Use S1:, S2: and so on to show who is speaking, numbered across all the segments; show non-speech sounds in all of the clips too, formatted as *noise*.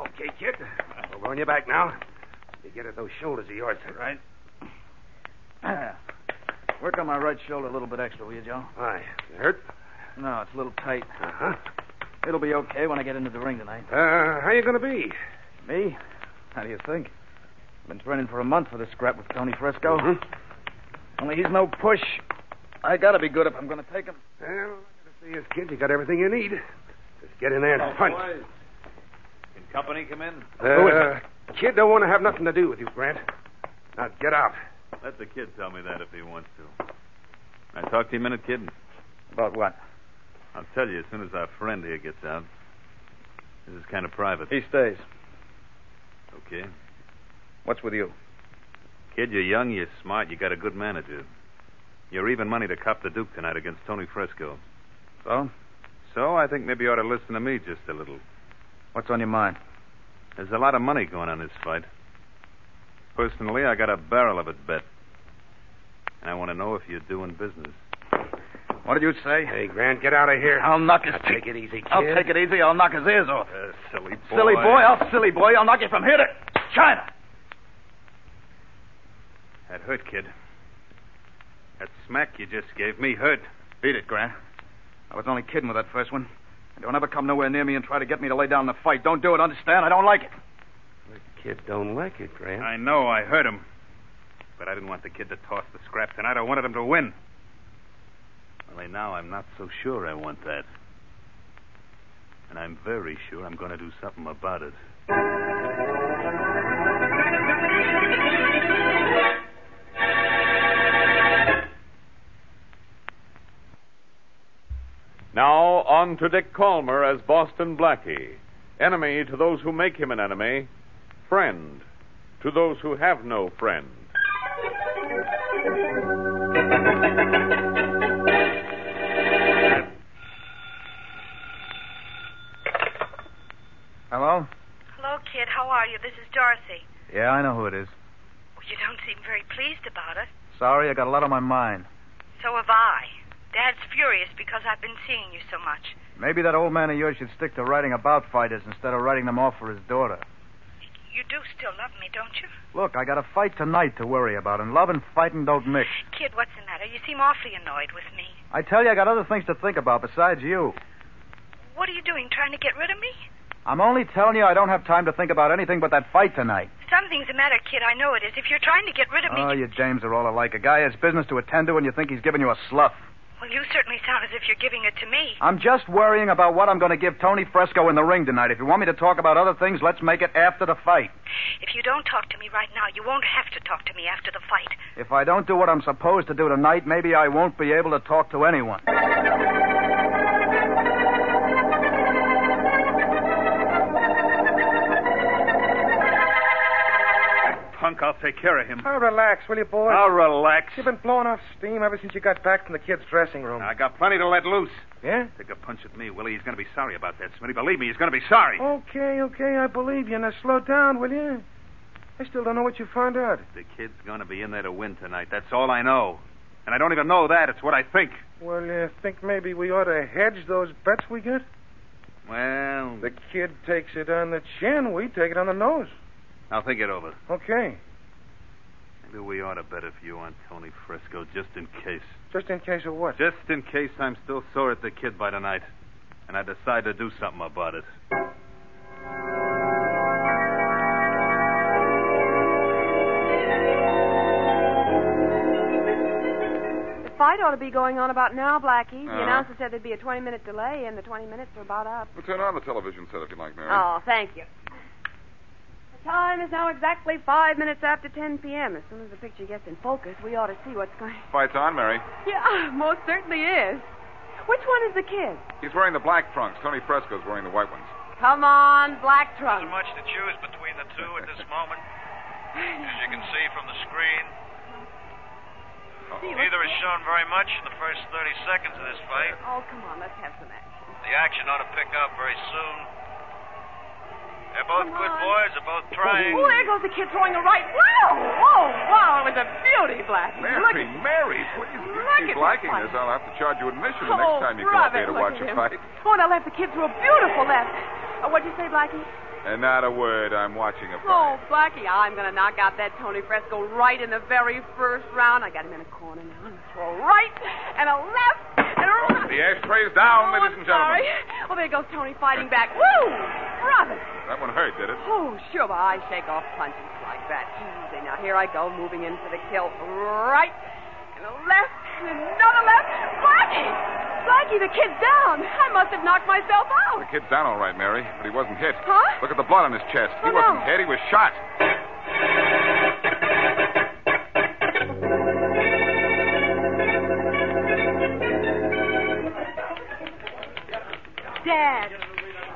S1: Okay, kid. I'll roll you back now. You get at those shoulders of yours. Right.
S2: Ah. Work on my right shoulder a little bit extra, will you, Joe?
S1: Why? You hurt?
S2: No, it's a little tight.
S1: Uh-huh.
S2: It'll be okay when I get into the ring tonight.
S1: Uh, how you gonna be?
S2: Me? How do you think? Been training for a month for this scrap with Tony Fresco.
S1: Mhm.
S2: Only he's no push. I gotta be good if I'm gonna take him.
S1: Well, to see this kid. You got everything you need. Just get in there and
S2: Oh,
S1: punch.
S3: Can company come in?
S1: Uh, kid don't want to have nothing to do with you, Grant. Now get out.
S3: Let the kid tell me that if he wants to. I talk to you a minute, kid.
S2: About what?
S3: I'll tell you as soon as our friend here gets out. This is kind of private.
S2: He stays.
S3: Okay.
S2: What's with you?
S3: Kid, you're young, you're smart, you got a good manager. You're even money to cop the Duke tonight against Tony Fresco.
S2: So?
S3: So I think maybe you ought to listen to me just a little.
S2: What's on your mind?
S3: There's a lot of money going on in this fight. Personally, I got a barrel of it bet. And I want to know if you're doing business.
S2: What did you say?
S1: Hey, Grant, get out of here.
S2: I'll knock his
S1: Take it easy, kid.
S2: I'll take it easy. I'll knock his ears off.
S3: Uh, silly boy.
S2: Silly boy, I'll silly boy. I'll knock you from here to China.
S3: That hurt, kid. That smack you just gave me hurt.
S2: Beat it, Grant. I was only kidding with that first one. And don't ever come nowhere near me and try to get me to lay down in the fight. Don't do it, understand? I don't like it.
S1: Kid don't like it, Grant.
S3: I know I hurt him. But I didn't want the kid to toss the scrap tonight. I wanted him to win. Only now I'm not so sure I want that. And I'm very sure I'm going to do something about it.
S4: Now, on to Dick Calmer as Boston Blackie. Enemy to those who make him an enemy, friend to those who have no friend.
S2: Hello?
S5: Hello, kid. How are you? This is Dorothy.
S2: Yeah, I know who it is.
S5: Well, you don't seem very pleased about it.
S2: Sorry, I got a lot on my mind.
S5: So have I. Dad's furious because I've been seeing you so much.
S2: Maybe that old man of yours should stick to writing about fighters instead of writing them off for his daughter.
S5: You do still love me, don't you?
S2: Look, I got a fight tonight to worry about, and love and fighting don't mix.
S5: Kid, what's the matter? You seem awfully annoyed with me.
S2: I tell you, I got other things to think about besides you.
S5: What are you doing? Trying to get rid of me?
S2: I'm only telling you I don't have time to think about anything but that fight tonight.
S5: Something's the matter, kid. I know it is. If you're trying to get rid of me.
S2: Oh, you dames are all alike. A guy has business to attend to, and you think he's giving you a slough.
S5: Well, you certainly sound as if you're giving it to me.
S2: I'm just worrying about what I'm going to give Tony Fresco in the ring tonight. If you want me to talk about other things, let's make it after the fight.
S5: If you don't talk to me right now, you won't have to talk to me after the fight.
S2: If I don't do what I'm supposed to do tonight, maybe I won't be able to talk to anyone.
S3: Punk, I'll take care of him.
S6: Oh, relax, will you, boy?
S3: I'll relax.
S6: You've been blowing off steam ever since you got back from the kid's dressing room.
S3: I got plenty to let loose.
S6: yeah?
S3: Take a punch at me, Willie. He's going to be sorry about that, Smitty. Believe me, he's going to be sorry.
S6: Oh. Okay, okay, I believe you. Now slow down, will you? I still don't know what you found out.
S3: The kid's going to be in there to win tonight. That's all I know. And I don't even know that. It's what I think.
S6: Well, you think maybe we ought to hedge those bets we get?
S3: Well,
S6: The kid takes it on the chin, we take it on the nose.
S3: I'll think it over.
S6: Okay.
S3: Maybe we ought to bet a few on Tony Frisco, just in case.
S1: Just in case of what?
S3: Just in case I'm still sore at the kid by tonight, and I decide to do something about it.
S7: The fight ought to be going on about now, Blackie. The
S8: Uh-huh.
S7: announcer said there'd be a 20 minute delay, and the 20 minutes are about up.
S8: Well, turn on the television set if you like, Mary.
S7: Oh, thank you. The time is now exactly five minutes after 10 p.m. As soon as the picture gets in focus, we ought to see what's going
S8: Fight's on, Mary.
S7: *laughs* Yeah, most certainly is. Which one is the kid?
S8: He's wearing the black trunks. Tony Fresco's wearing the white ones.
S7: Come on, Black Trunk.
S9: much to choose between the two at this moment. As you can see from the screen, neither is shown very much in the first 30 seconds of this fight.
S7: Oh, come on, let's have some action.
S9: The action ought to pick up very soon. They're both
S7: Come
S9: good
S7: on.
S9: boys, they're both trying.
S7: Oh, there goes the kid throwing a right. Wow! Oh, wow, it was a beauty, Blackie.
S8: Mary,
S7: Look at
S8: Mary, please.
S7: Look
S8: you
S7: at
S8: keep
S7: the
S8: liking
S7: fight.
S8: this. I'll have to charge you admission
S7: oh,
S8: the next time you come up
S7: brother,
S8: here to
S7: look
S8: watch
S7: at
S8: a
S7: him.
S8: fight.
S7: Oh, and I'll have the kid through a beautiful left. Oh, what'd you say, Blackie?
S8: And not a word. I'm watching a
S7: Oh,
S8: fight.
S7: Blackie, I'm going to knock out that Tony Fresco right in the very first round. I got him in a corner now. I'm going to throw a right and a left and a right.
S8: The ashtray's
S7: oh,
S8: down, ladies
S7: I'm
S8: and
S7: sorry.
S8: gentlemen.
S7: Oh, there goes Tony fighting back. Woo! Brother.
S8: That one hurt, did it?
S7: Oh, sure, but I shake off punches like that easy. Now, here I go, moving in for the kill. Right and a left and another left. Blackie! Blackie, the kid's down. I must have knocked myself out.
S8: The kid's down all right, Mary, but he wasn't hit.
S7: Huh?
S8: Look at the blood on his chest.
S7: Oh,
S8: he wasn't
S7: no.
S8: hit. He was shot.
S10: Dad.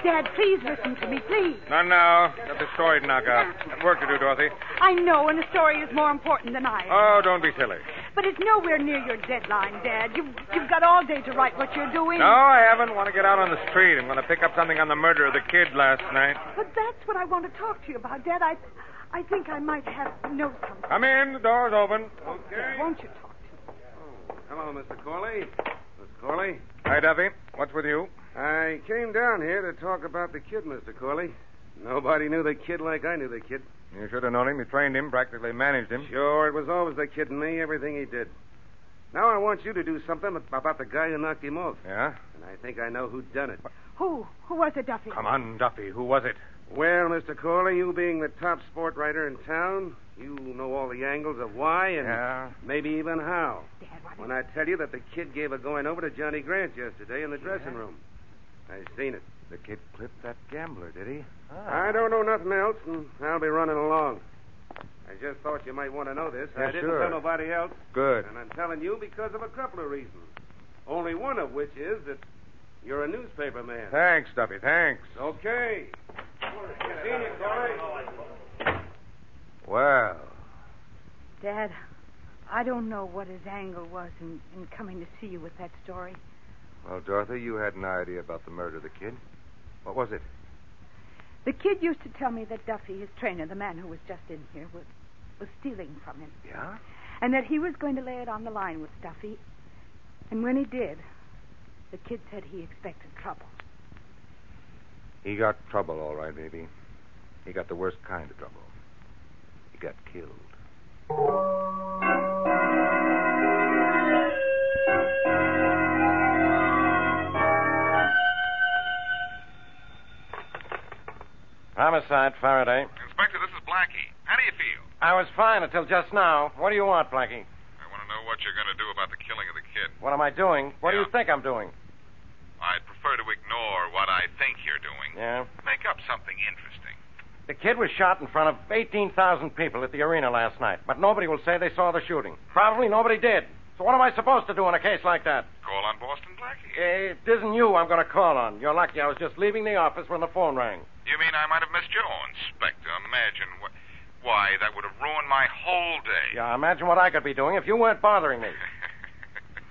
S10: Dad, please listen to me, please.
S11: No, no. Got the story to knock out. Got work to do, Dorothy.
S10: I know, and the story is more important than I am.
S11: Oh, don't be silly.
S10: but it's nowhere near your deadline, Dad. You've, you've got all day to write what you're doing.
S11: No, I haven't. Want to get out on the street. I'm going to pick up something on the murder of the kid last night.
S10: But that's what I want to talk to you about, Dad. I, I think I might have to know something.
S11: Come in. The door's open. Okay.
S10: Won't you talk?
S1: Hello, Mr. Corley. Mr. Corley?
S11: Hi, Duffy. What's with you?
S1: I came down here to talk about the kid, Mr. Corley. Nobody knew the kid like I knew the kid.
S11: You should have known him. You trained him, practically managed him.
S1: Sure, it was always the kid and me, everything he did. Now I want you to do something about the guy who knocked him off.
S11: Yeah?
S1: And I think I know who done it.
S10: Who? Who was it, Duffy?
S11: Come on, Duffy. Who was it?
S1: Well, Mr. Corley, you being the top sport writer in town, you know all the angles of why and
S11: Yeah.
S1: maybe even how.
S10: Dad, why
S1: When I tell you that the kid gave a going over to Johnny Grant yesterday in the dressing room, I seen it.
S11: The kid clipped that gambler, did he? Ah.
S1: I don't know nothing else, and I'll be running along. I just thought you might want to know this.
S11: Yeah,
S1: I didn't
S11: sure.
S1: tell nobody else,
S11: Good.
S1: and I'm telling you because of a couple of reasons. Only one of which is that you're a newspaper man.
S11: Thanks, Duffy. Thanks.
S1: Okay. Seen you, Corley.
S11: Well,
S10: Dad, I don't know what his angle was in, in coming to see you with that story.
S11: well, Dorothy, you had an idea about the murder of the kid. What was it?
S10: The kid used to tell me that Duffy, his trainer, the man who was just in here, was, was stealing from him.
S11: Yeah?
S10: and that he was going to lay it on the line with Duffy. And when he did, the kid said he expected trouble.
S11: He got trouble, all right, baby. He got the worst kind of trouble. He got killed.
S9: Homicide, Faraday.
S8: Inspector, this is Blackie. How do you feel?
S9: I was fine until just now. What do you want, Blackie?
S8: I want to know what you're going to do about the killing of the kid.
S9: What am I doing? What do
S8: Yeah.
S9: you think I'm doing?
S8: I'd prefer to ignore what I think you're doing.
S9: Yeah.
S8: Make up something interesting.
S9: The kid was shot in front of 18,000 people at the arena last night, but nobody will say they saw the shooting. Probably nobody did. So what am I supposed to do in a case like that?
S8: Call on Boston Blackie.
S9: Eh, It isn't you I'm going to call on. You're lucky I was just leaving the office when the phone rang.
S8: You mean I might have missed your own, Inspector? Imagine what. Why, that would have ruined my whole day.
S9: Yeah, imagine what I could be doing if you weren't bothering me.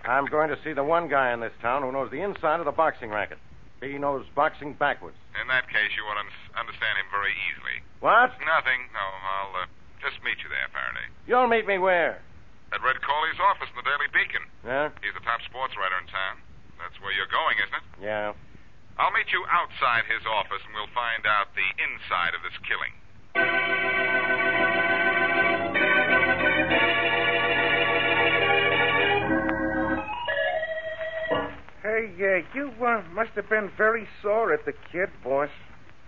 S9: I'm going to see the one guy in this town who knows the inside of the boxing racket. He knows boxing backwards.
S8: In that case, you would un- understand him very easily.
S9: What?
S8: Nothing. No, I'll uh, just meet you there, Faraday.
S9: You'll meet me where?
S8: At Red Corley's office in the Daily Beacon.
S9: Yeah?
S8: He's the top sports writer in town. That's where you're going, isn't it?
S9: Yeah.
S8: I'll meet you outside his office, and we'll find out the inside of this killing.
S6: Hey, uh, you uh, must have been very sore at the kid, boss.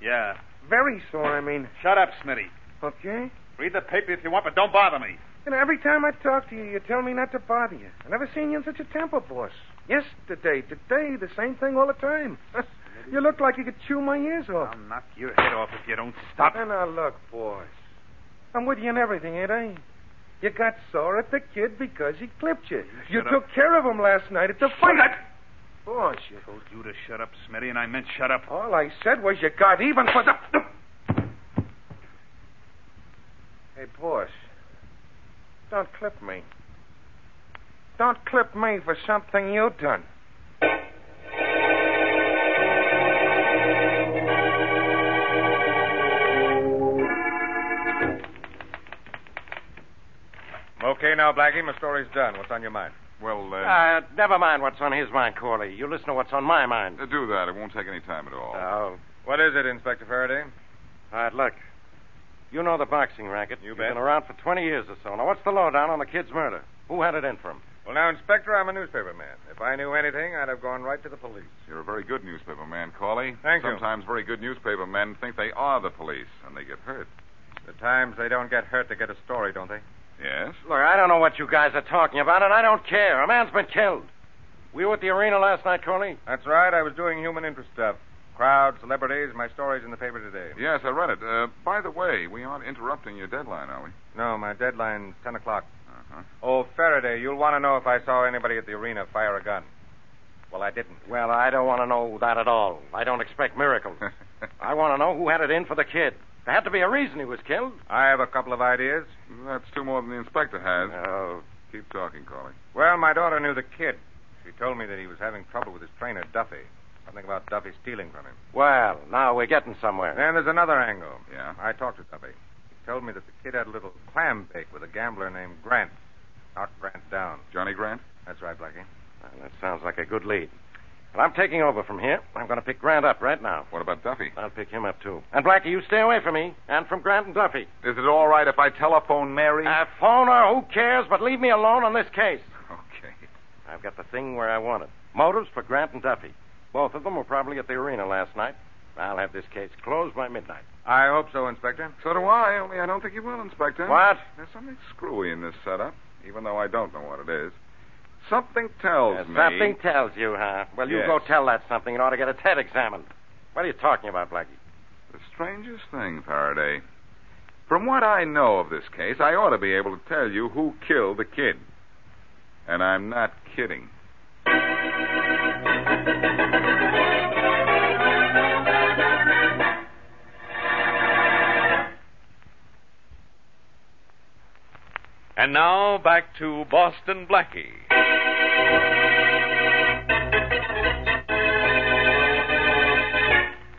S3: Yeah.
S6: Very sore, I mean.
S3: Shut up, Smitty.
S6: Okay?
S3: Read the paper if you want, but don't bother me.
S6: You know, every time I talk to you, you tell me not to bother you. I never seen you in such a temper, boss. Yesterday, today, the same thing all the time. *laughs* you look like you could chew my ears off.
S3: I'll knock your head off if you don't stop.
S6: And now, look, boss. I'm with you in everything, ain't I? You got sore at the kid because he clipped you. You,
S3: shut
S6: took
S3: up.
S6: care of him last night at the fight. Boss, you...
S3: I told you to shut up, Smitty, and I meant shut up.
S6: All I said was you got even for the... Hey, boss. Don't clip me. Don't clip me for something you done.
S9: Okay, now, Blackie, my story's done. What's on your mind?
S8: Well, uh,
S9: Uh, never mind what's on his mind, Corley. You listen to what's on my mind.
S8: uh, do that. It won't take any time at all.
S9: Oh. What is it, Inspector Faraday? All right, look. You know the boxing racket. You've
S4: bet.
S9: been around for 20 years or so. Now, what's the lowdown on the kid's murder? Who had it in for him?
S8: Well, now,
S9: Inspector, I'm a newspaper man. If I knew anything, I'd have gone right to the police.
S8: You're a very good newspaper man, Corley.
S9: Thank you.
S8: Sometimes very good newspaper men think they are the police, and they get hurt.
S9: The times they don't get hurt to get a story, don't they?
S8: Yes?
S9: Look, I don't know what you guys are talking about, and I don't care. A man's been killed. We were at the arena last night, Corley.
S11: That's right. I was doing human interest stuff. Crowd, celebrities, my story's in the paper today.
S8: Yes, I read it. Uh, by the way, we aren't interrupting your deadline, are we?
S11: No, my deadline's 10 o'clock.
S8: Uh-huh.
S11: Oh, Faraday, you'll want to know if I saw anybody at the arena fire a gun. Well, I didn't.
S9: Well, I don't want to know that at all. I don't expect
S8: *laughs*
S9: miracles. I want to know who had it in for the kid. There had to be a reason he was killed.
S11: I have a couple of ideas.
S8: That's two more than the inspector has.
S9: Oh.
S8: Keep talking, Corley.
S11: Well, my daughter knew the kid. She told me that he was having trouble with his trainer, Duffy. Something about Duffy stealing from him.
S9: Well, now we're getting somewhere.
S11: Then there's another angle.
S8: Yeah?
S11: I talked to Duffy. He told me that the kid had a little clam bake with a gambler named Grant. Knocked Grant down.
S8: Johnny Grant?
S11: That's right, Blackie.
S9: Well, that sounds like a good lead. But I'm taking over from here. I'm going to pick Grant up right now.
S8: What about Duffy?
S9: I'll pick him up, too. And, Blackie, you stay away from me and from Grant and Duffy.
S8: Is it all right if I telephone Mary?
S9: Uh, phone her, who cares, but leave me alone on this case.
S8: Okay.
S9: I've got the thing where I want it. Motives for Grant and Duffy. Both of them were probably at the arena last night. I'll have this case closed by midnight.
S11: I hope so, Inspector.
S8: So do I, only I don't think you will, Inspector.
S9: What?
S8: There's something screwy in this setup, even though I don't know what it is. Something tells
S9: Uh,
S8: me.
S9: something tells you, huh? Well, you
S8: Yes.
S9: go tell that something in order to get its head examined. What are you talking about, Blackie?
S8: The strangest thing, Faraday. From what I know of this case, I ought to be able to tell you who killed the kid. And I'm not kidding.
S4: And now back to Boston Blackie.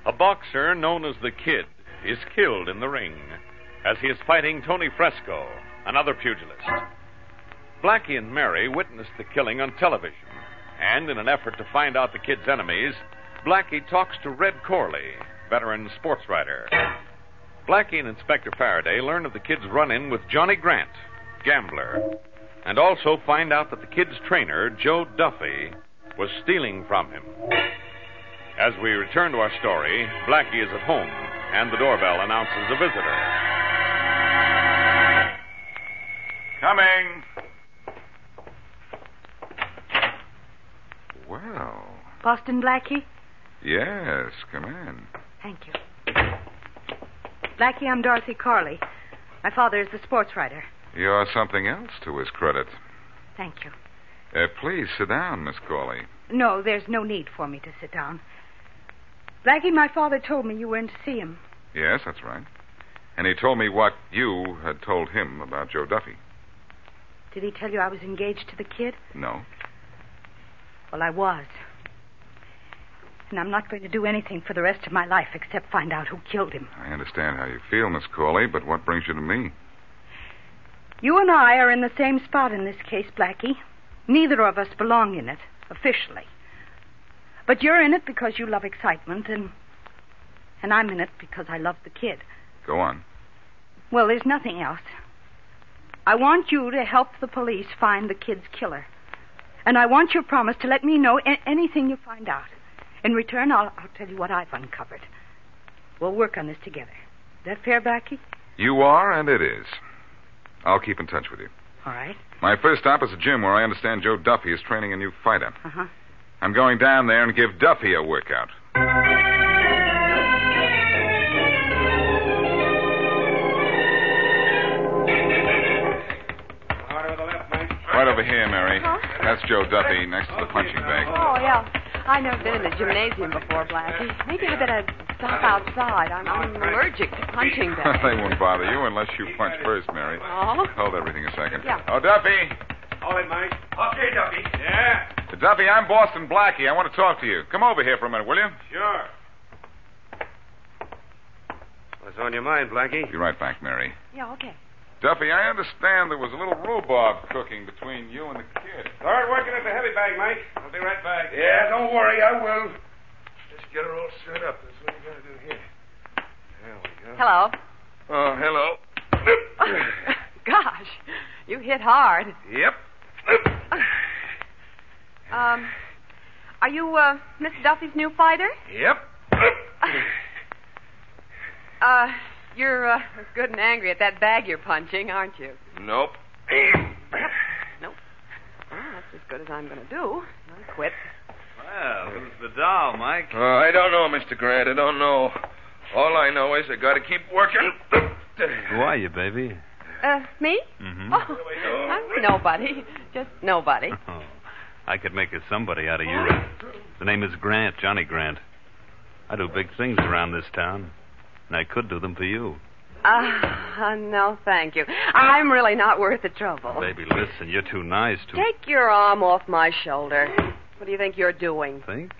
S4: A boxer known as the Kid is killed in the ring as he is fighting Tony Fresco, another pugilist. Blackie and Mary witnessed the killing on television, and in an effort to find out the kid's enemies, Blackie talks to Red Corley, veteran sports writer. Blackie and Inspector Faraday learn of the kid's run in with Johnny Grant, gambler, and also find out that the kid's trainer, Joe Duffy, was stealing from him. As we return to our story, Blackie is at home, and the doorbell announces a visitor.
S8: Coming. Well,
S5: Boston Blackie?
S8: yes, come in.
S5: Thank you. Blackie, I'm Dorothy Corley. My father is the sports writer.
S8: You're something else to his credit.
S5: Thank you.
S8: Uh, please sit down, Miss Corley.
S5: No, there's no need for me to sit down. Blackie, my father told me you were in to see him.
S8: Yes, that's right. And he told me what you had told him about Joe Duffy.
S5: Did he tell you I was engaged to the kid?
S8: No.
S5: Well, I was. And I'm not going to do anything for the rest of my life except find out who killed him.
S8: I understand how you feel, Miss Corley, but what brings you to me?
S5: You and I are in the same spot in this case, Blackie. Neither of us belong in it, officially. But you're in it because you love excitement, and. And I'm in it because I love the kid.
S8: Go on.
S5: Well, there's nothing else. I want you to help the police find the kid's killer. And I want your promise to let me know a- anything you find out. In return, I'll, I'll tell you what I've uncovered. We'll work on this together. Is that fair, Blackie?
S8: You are, and it is. I'll keep in touch with you.
S5: All right.
S8: My first stop is a gym where I understand Joe Duffy is training a new fighter.
S5: Uh
S7: Uh-huh.
S5: huh.
S8: I'm going down there and give Duffy a workout. Right over here, Mary. That's Joe Duffy next to the punching bag.
S7: Oh, yeah. I've never been in a gymnasium before, Blackie. Maybe I better stop outside. I'm, I'm allergic to punching
S8: *laughs*
S7: bags.
S8: they won't bother you unless you punch first, Mary.
S7: Oh?
S8: Hold everything a second.
S7: Yeah.
S8: Oh, Duffy.
S2: All right, Mike. Okay, Duffy.
S6: Eh.
S2: Yeah?
S8: Duffy, I'm Boston Blackie. I want to talk to you. Come over here for a minute, will you?
S2: Sure.
S1: What's on your mind, Blackie?
S8: Be right back, Mary.
S7: Yeah, okay.
S8: Duffy, I understand there was a little rhubarb cooking between you and the kid.
S2: Start working at the heavy bag, Mike. I'll be right back.
S6: Yeah, don't worry, I will. Just get her all set up. That's what you gotta do here. There we go.
S7: Hello. *laughs*
S6: Oh, hello.
S7: Gosh, you hit hard.
S6: Yep.
S7: Um, are you uh, Miss Duffy's new fighter?
S6: Yep. *coughs*
S7: Uh, you're uh, good and angry at that bag you're punching, aren't you?
S6: Nope.
S7: Well, Ah, that's as good as I'm going to do. I quit.
S3: Well, who's the doll, Mike?
S6: Uh, I don't know, Mr. Grant. I don't know. All I know is I gotta keep working.
S3: Who are you, baby?
S7: Uh, me?
S3: Mm-hmm.
S7: Oh, *laughs* I'm nobody. Just nobody.
S3: I could make a somebody out of you. Ray. The name is Grant, Johnny Grant. I do big things around this town, and I could do them for you.
S7: Ah, uh, no, thank you. I'm really not worth the trouble.
S3: Baby, listen, you're too nice to
S7: Take your arm off my shoulder. What do you think you're doing?
S3: think.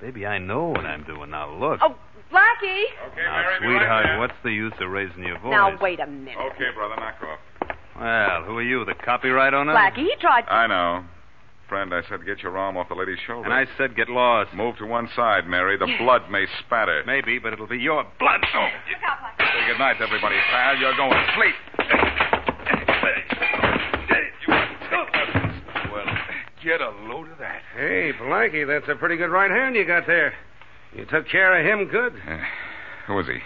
S3: Baby, I know what I'm doing now. Look.
S7: Oh, Blackie!
S3: now,
S8: be right
S3: sweetheart,
S8: there.
S3: what's the use of raising your voice?
S7: Now, wait a minute.
S8: Okay, brother, knock off.
S3: Well, who are you, the copyright owner?
S7: Blackie, he tried.
S8: I know. Friend, I said get your arm off the lady's shoulder.
S3: And I said get lost.
S8: Move to one side, Mary. The blood may spatter.
S3: Maybe, but it'll be your blood.
S8: Oh. Say good night, everybody, pal. You're going to sleep. Well, get a load of that.
S1: Hey, Blackie, that's a pretty good right hand you got there. You took care of him good.
S8: Who is he?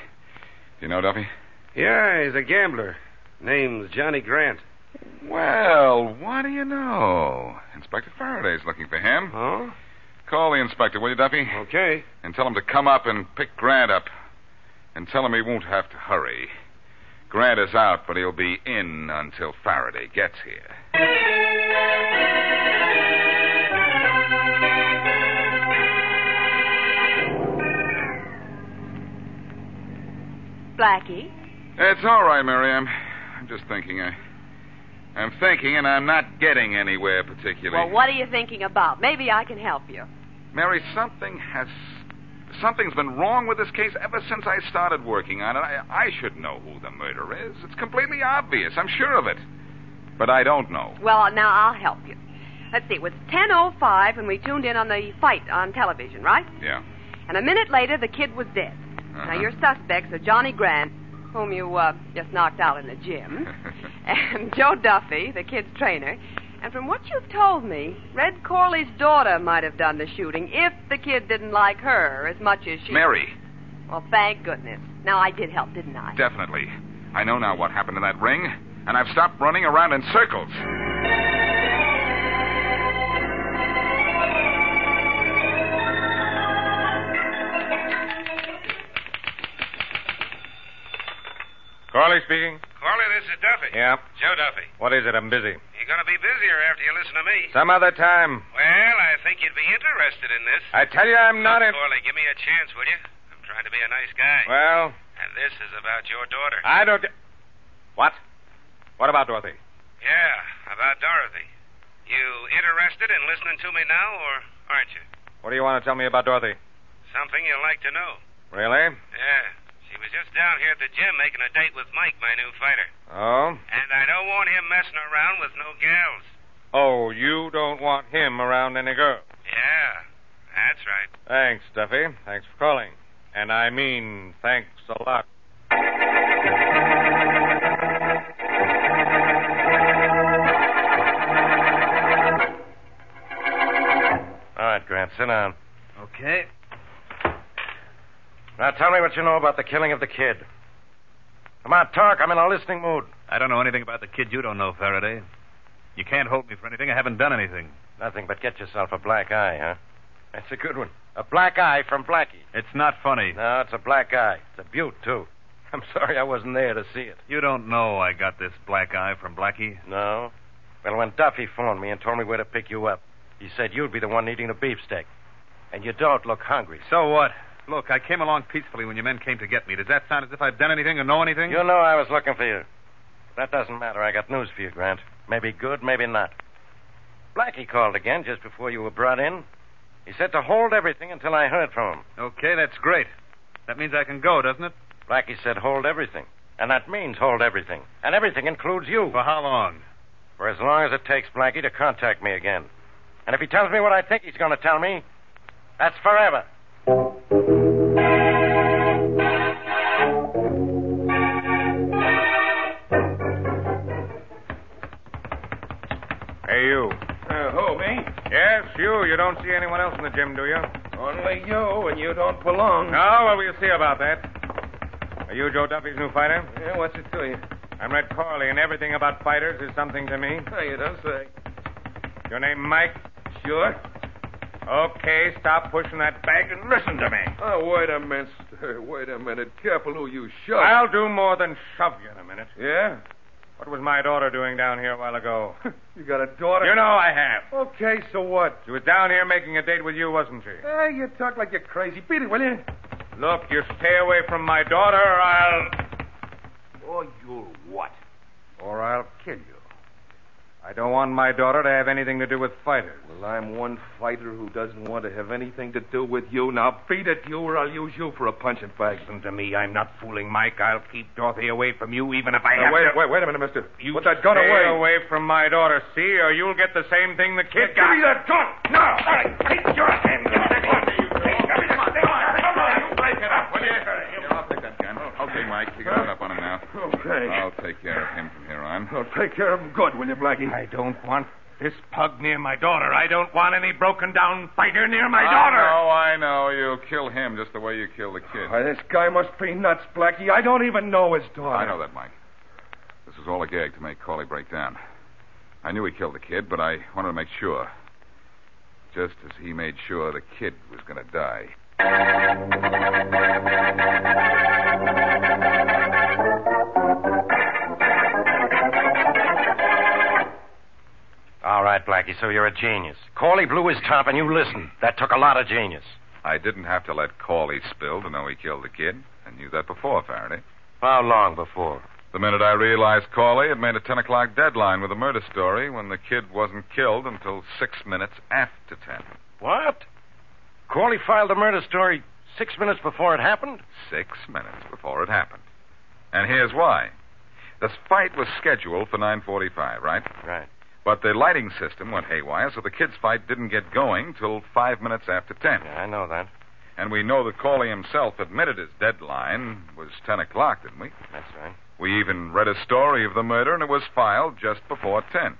S8: You know Duffy?
S1: Yeah, he's a gambler. Name's Johnny Grant.
S8: Well, what do you know? Oh, Inspector Faraday's looking for him.
S1: Huh?
S8: Call the inspector, will you, Duffy?
S1: Okay.
S8: And tell him to come up and pick Grant up. And tell him he won't have to hurry. Grant is out, but he'll be in until Faraday gets here.
S7: Blackie?
S8: It's all right, Mary. I'm, I'm just thinking. I, I'm thinking, and I'm not getting anywhere particularly.
S7: Well, what are you thinking about? Maybe I can help you.
S8: Mary, something has. Something's been wrong with this case ever since I started working on it. I, I should know who the murderer is. It's completely obvious. I'm sure of it. But I don't know.
S7: Well, now I'll help you. Let's see, it was 10.05 when we tuned in on the fight on television, right?
S8: Yeah.
S7: And a minute later, the kid was dead. Now, your suspects are Johnny Grant, whom you uh, just knocked out in the gym, and Joe Duffy, the kid's trainer. And from what you've told me, Red Corley's daughter might have done the shooting if the kid didn't like her as much as she.
S8: Mary,
S7: Well, thank goodness. Now, I did help, didn't I?
S8: definitely. I know now what happened to that ring, and I've stopped running around in circles.
S11: Carly speaking.
S12: Carly, this is Duffy.
S11: Yeah.
S12: Joe Duffy.
S11: What is it? I'm busy.
S12: You're going to be busier after you listen to me.
S11: Some other time.
S12: Well, I think you'd be interested in this.
S11: I tell you, I'm not
S12: Look,
S11: in-
S12: Corley, give me a chance, will you? I'm trying to be a nice guy.
S11: Well,
S12: And this is about your daughter.
S11: I don't. What? What about Dorothy?
S12: Yeah, about Dorothy. You interested in listening to me now, or aren't you?
S11: What do you want to tell me about Dorothy?
S12: Something you'll like to know.
S11: Really?
S12: Yeah. She was just down here at the gym making a date with Mike, my new fighter.
S11: Oh?
S12: And I don't want him messing around with no gals.
S11: Oh, you don't want him around any girl.
S12: Yeah, that's right.
S11: Thanks, Duffy. Thanks for calling. And I mean, thanks a lot.
S9: right, Grant. Sit down.
S13: Okay.
S9: Now tell me what you know about the killing of the kid. Come on, talk. I'm in a listening mood.
S3: I don't know anything about the kid you don't know, Faraday. You can't hold me for anything. I haven't done anything.
S9: Nothing but get yourself a black eye, huh? That's a good one. A black eye from Blackie.
S3: It's not funny.
S9: No, it's a black eye. It's a beaut, too. *laughs* I'm sorry I wasn't there to see it.
S3: You don't know I got this black eye from Blackie.
S9: No? Well, when Duffy phoned me and told me where to pick you up, he said you'd be the one eating the beefsteak. And you don't look hungry.
S3: So what? Look, I came along peacefully when your men came to get me. Does that sound as if I've done anything or know anything?
S9: You know I was looking for you. That doesn't matter. I got news for you, Grant. Maybe good, maybe not. Blackie called again just before you were brought in. He said to hold everything until I heard from him.
S3: Okay, that's great. That means I can go, doesn't it?
S9: Blackie said hold everything. And that means hold everything. And everything includes you.
S3: For how long?
S9: For as long as it takes Blackie to contact me again. And if he tells me what I think he's going to tell me, that's forever.
S11: Hey, you.
S14: Uh, who, me?
S11: Yes, you. You don't see anyone else in the gym, do you?
S14: Only you, and you don't belong.
S11: Oh, well, we'll see about that. Are you Joe Duffy's new fighter?
S14: Yeah, what's it to you?
S11: I'm Red Corley, and everything about fighters is something to me.
S14: Oh, you don't say.
S11: Your name Mike?
S14: Sure.
S11: Okay, stop pushing that bag and listen to me.
S14: Oh, wait a minute, sir. Wait a minute. Careful who you shove.
S11: I'll do more than shove you in a minute.
S14: Yeah?
S11: What was my daughter doing down here a while ago?
S14: *laughs* You got a daughter?
S11: You know I have.
S14: Okay, so what?
S11: She was down here making a date with you, wasn't she?
S14: Hey, you talk like you're crazy. Beat it, will you?
S11: Look, you stay away from my daughter, or I'll.
S14: Or you'll Oh, what?
S11: Or I'll kill you. I don't want my daughter to have anything to do with fighters.
S14: Well, I'm one fighter who doesn't want to have anything to do with you. Now beat it, you, or I'll use you for a punching bag.
S11: Listen to me. I'm not fooling Mike. I'll keep Dorothy away from you, even if I
S14: Now,
S11: have
S14: wait,
S11: to.
S14: wait, wait a minute, mister.
S11: You
S14: Put that gun
S11: stay
S14: away.
S11: away from my daughter, see, or you'll get the same thing the kid
S14: Give
S11: got.
S14: me that gun! Now! I take your hand!
S8: I'll take that gun. Okay, Mike, you got it up on him now.
S14: Okay.
S8: I'll take care of him from here on.
S14: Well, take care of him good, will you, Blackie?
S11: I don't want this pug near my daughter. I don't want any broken down fighter near my
S8: I
S11: daughter.
S8: know, I know. You kill him just the way you kill the kid.
S14: Why, this guy must be nuts, Blackie. I don't even know his daughter.
S8: I know that, Mike. This was all a gag to make Corley break down. I knew he killed the kid, but I wanted to make sure. Just as he made sure the kid was going to die.
S9: All right, Blackie, so you're a genius. Corley blew his top and you listened. That took a lot of genius.
S8: I didn't have to let Corley spill to know he killed the kid. I knew that before, Faraday.
S9: How long before?
S8: The minute I realized Corley had made a 10 o'clock deadline with the murder story when the kid wasn't killed until six minutes after 10.
S9: What? Corley filed the murder story six minutes before it happened?
S8: Six minutes before it happened. And here's why. The fight was scheduled for 9.45, right?
S9: Right.
S8: But the lighting system went haywire, so the kids' fight didn't get going till five minutes after 10.
S9: Yeah, I know that.
S8: And we know that Corley himself admitted his deadline was 10 o'clock, didn't we?
S9: That's right.
S8: We even read a story of the murder, and it was filed just before 10.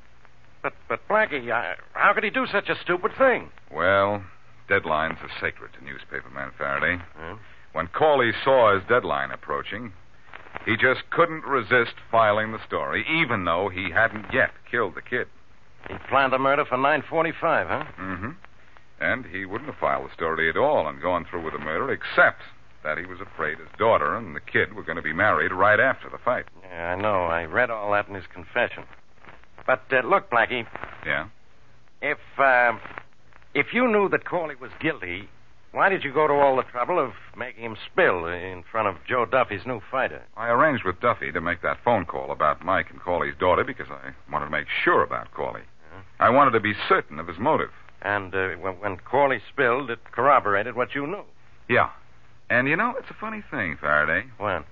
S9: But, but Blackie, I, how could he do such a stupid thing?
S8: Well, deadlines are sacred to newspaperman Faraday.
S9: Hmm?
S8: When Corley saw his deadline approaching, he just couldn't resist filing the story, even though he hadn't yet killed the kid.
S9: He planned the murder for 9.45, huh?
S8: Mm-hmm. And he wouldn't have filed the story at all and gone through with the murder, except that he was afraid his daughter and the kid were going to be married right after the fight.
S9: Yeah, I know. I read all that in his confession. But uh, look, Blackie,
S8: Yeah?
S9: if um if you knew that Corley was guilty, why did you go to all the trouble of making him spill in front of Joe Duffy's new fighter?
S8: I arranged with Duffy to make that phone call about Mike and Corley's daughter because I wanted to make sure about Corley. I wanted to be certain of his motive.
S9: And uh, when, when Corley spilled, it corroborated what you knew.
S8: Yeah. And you know, it's a funny thing, Faraday.
S9: When?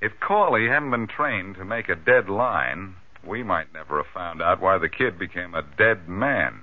S8: If Corley hadn't been trained to make a dead line, we might never have found out why the kid became a dead man.